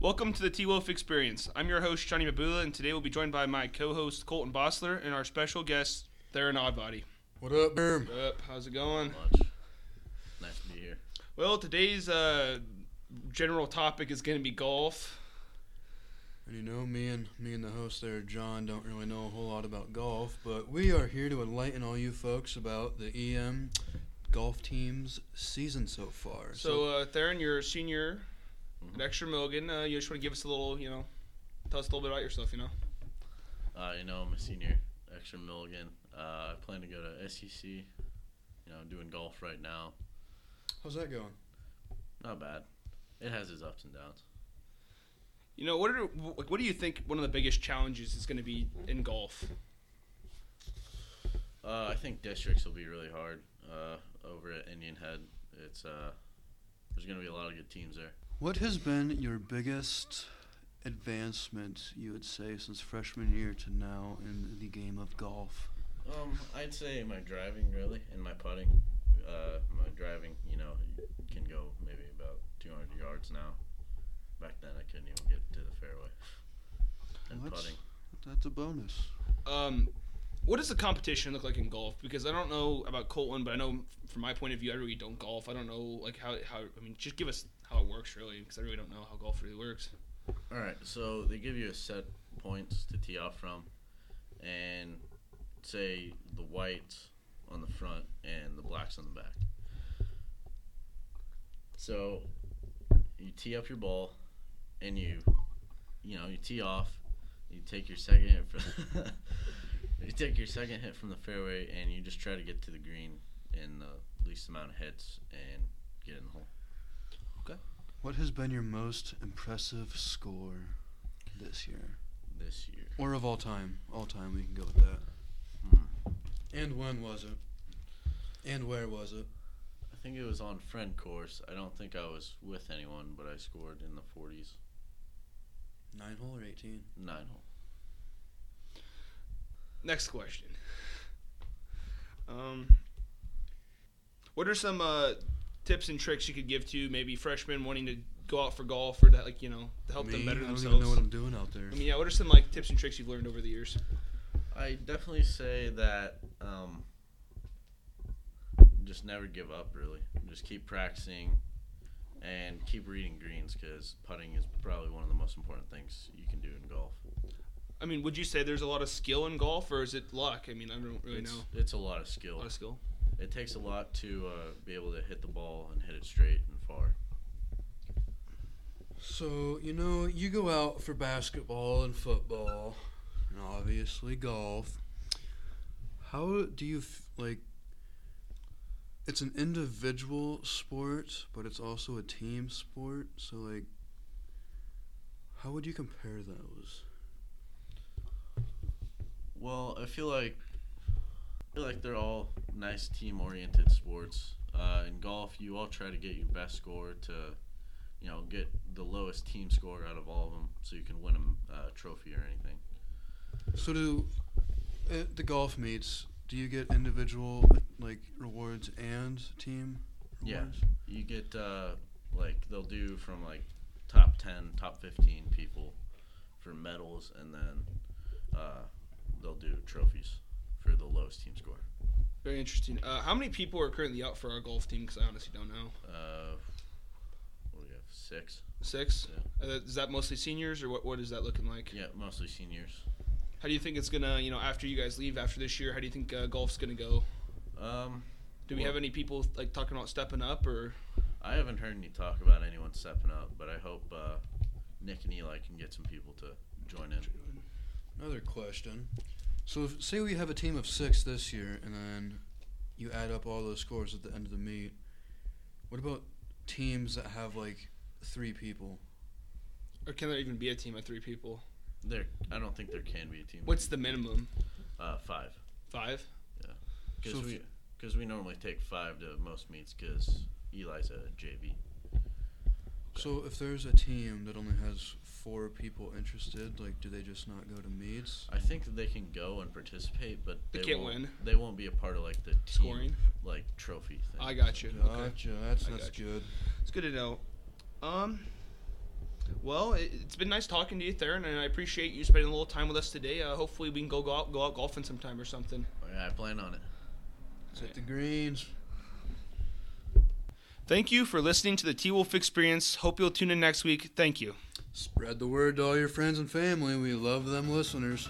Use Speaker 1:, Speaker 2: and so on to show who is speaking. Speaker 1: Welcome to the T Wolf Experience. I'm your host, Johnny Mabula, and today we'll be joined by my co host, Colton Bossler, and our special guest, Theron Oddbody.
Speaker 2: What up, Boom?
Speaker 1: Up, how's it going?
Speaker 3: much. Nice to be here.
Speaker 1: Well, today's uh, general topic is going to be golf.
Speaker 2: And you know, me and me and the host there, John, don't really know a whole lot about golf, but we are here to enlighten all you folks about the EM golf team's season so far.
Speaker 1: So, uh, Theron, you're a senior at Extra Milligan. Uh, you just want to give us a little, you know, tell us a little bit about yourself, you know?
Speaker 3: Uh, you know, I'm a senior, extra Milligan. Uh, I plan to go to SEC. You know, doing golf right now.
Speaker 2: how's that going?
Speaker 3: Not bad. It has its ups and downs.
Speaker 1: You know, what, are, like, what do you think one of the biggest challenges is going to be in golf?
Speaker 3: Uh, I think districts will be really hard uh, over at Indian Head. It's uh, there's gonna be a lot of good teams there.
Speaker 2: What has been your biggest advancement, you would say, since freshman year to now in the game of golf?
Speaker 3: Um, I'd say my driving really and my putting. Uh, my driving, you know, can go maybe about 200 yards now. Back then, I couldn't even get to the fairway. And
Speaker 2: Well, that's-
Speaker 3: putting.
Speaker 2: That's a bonus.
Speaker 1: Um, what does the competition look like in golf? Because I don't know about Colton, but I know from my point of view, I really don't golf. I don't know like how how I mean, just give us how it works really, because I really don't know how golf really works.
Speaker 3: All right, so they give you a set points to tee off from, and say the whites on the front and the blacks on the back. So you tee up your ball, and you, you know, you tee off. You take your second hit from, you take your second hit from the fairway, and you just try to get to the green in the least amount of hits and get in the hole.
Speaker 2: What has been your most impressive score this year?
Speaker 3: This year,
Speaker 2: Or of all time. All time, we can go with that.
Speaker 3: Hmm.
Speaker 2: And when was it? And where was it?
Speaker 3: I think it was on friend course. I don't think I was with anyone, but I scored in the 40s,
Speaker 2: Nine hole or 18?
Speaker 3: nine hole.
Speaker 1: Next question. Um, what are some uh, tips and tricks you could give to maybe freshmen wanting to go out for golf or to, like you know to help them
Speaker 2: Me?
Speaker 1: better
Speaker 2: I don't
Speaker 1: themselves?
Speaker 2: even know what I'm doing out there.
Speaker 1: I mean, yeah. What are some like tips and tricks you've learned over the years?
Speaker 3: I definitely say that um, just never give up. Really, just keep practicing and keep reading greens because putting is probably one of the most important things you can do in golf.
Speaker 1: I mean, would you say there's a lot of skill in golf, or is it luck? I mean, I don't really
Speaker 3: it's,
Speaker 1: know.
Speaker 3: it's a lot of
Speaker 1: A
Speaker 3: skill.
Speaker 1: lot of skill.
Speaker 3: It takes a lot to uh, be able to hit the ball and hit it straight and far.
Speaker 2: So, you know, you go out for basketball and football, and obviously golf. How do you, f- like, it's an individual sport, but it's also a team sport. So, like, how would you compare those?
Speaker 3: Well, I feel like I feel like they're all nice team-oriented sports. Uh, in golf, you all try to get your best score to, you know, get the lowest team score out of all of them, so you can win a uh, trophy or anything.
Speaker 2: So, do at the golf meets, do you get individual, like, rewards and team
Speaker 3: Yeah.
Speaker 2: rewards?
Speaker 3: You get uh, like they'll do from like top ten, top fifteen people for medals, and then uh, they'll do trophies for the lowest team score.
Speaker 1: Very interesting. Uh, how many people are currently out for our golf team? Because I honestly don't know.
Speaker 3: Uh, what do we have? Six.
Speaker 1: Six. Uh, is that mostly seniors, or what? What is that looking like?
Speaker 3: Yeah, mostly seniors.
Speaker 1: How do you think it's gonna, you know, after you guys leave after this year? How do you think uh, golf's gonna go?
Speaker 3: Um,
Speaker 1: Do we
Speaker 3: Well-
Speaker 1: have any people like talking about stepping up, or
Speaker 3: I haven't heard any talk about anyone stepping up, but I hope uh, Nick and Eli can get some people to join in.
Speaker 2: Another question. So, if, say we have a team of six this year, and then you add up all those scores at the end of the meet. What about teams that have like three people?
Speaker 1: or can there even be a team of three people?
Speaker 3: There, I don't think there can be a team.
Speaker 1: What's the minimum?
Speaker 3: uh, five?
Speaker 1: Five.
Speaker 3: Because
Speaker 2: So if-
Speaker 3: we because we normally take five to most meets because Eli's a JV.
Speaker 2: So, if there's a team that only has four people interested, like, do they just not go to meets?
Speaker 3: I think that they can go and participate, but
Speaker 1: They
Speaker 3: they,
Speaker 1: can't
Speaker 3: won't,
Speaker 1: win.
Speaker 3: They won't be a part of like the team,
Speaker 1: Scoring.
Speaker 3: like trophy thing.
Speaker 1: I got you. Okay.
Speaker 2: Gotcha. That's
Speaker 1: I
Speaker 2: that's
Speaker 1: gotcha.
Speaker 2: good.
Speaker 1: It's good to know. Um, Well, it, it's been nice talking to you, Theron, and I appreciate you spending a little time with us today. Uh, hopefully, we can go go out, go out golfing sometime or something.
Speaker 3: Yeah, I plan on it.
Speaker 2: Let's hit the greens.
Speaker 1: Thank you for listening to the T Wolf Experience. Hope you'll tune in next week. Thank you.
Speaker 2: Spread the word to all your friends and family. We love them listeners.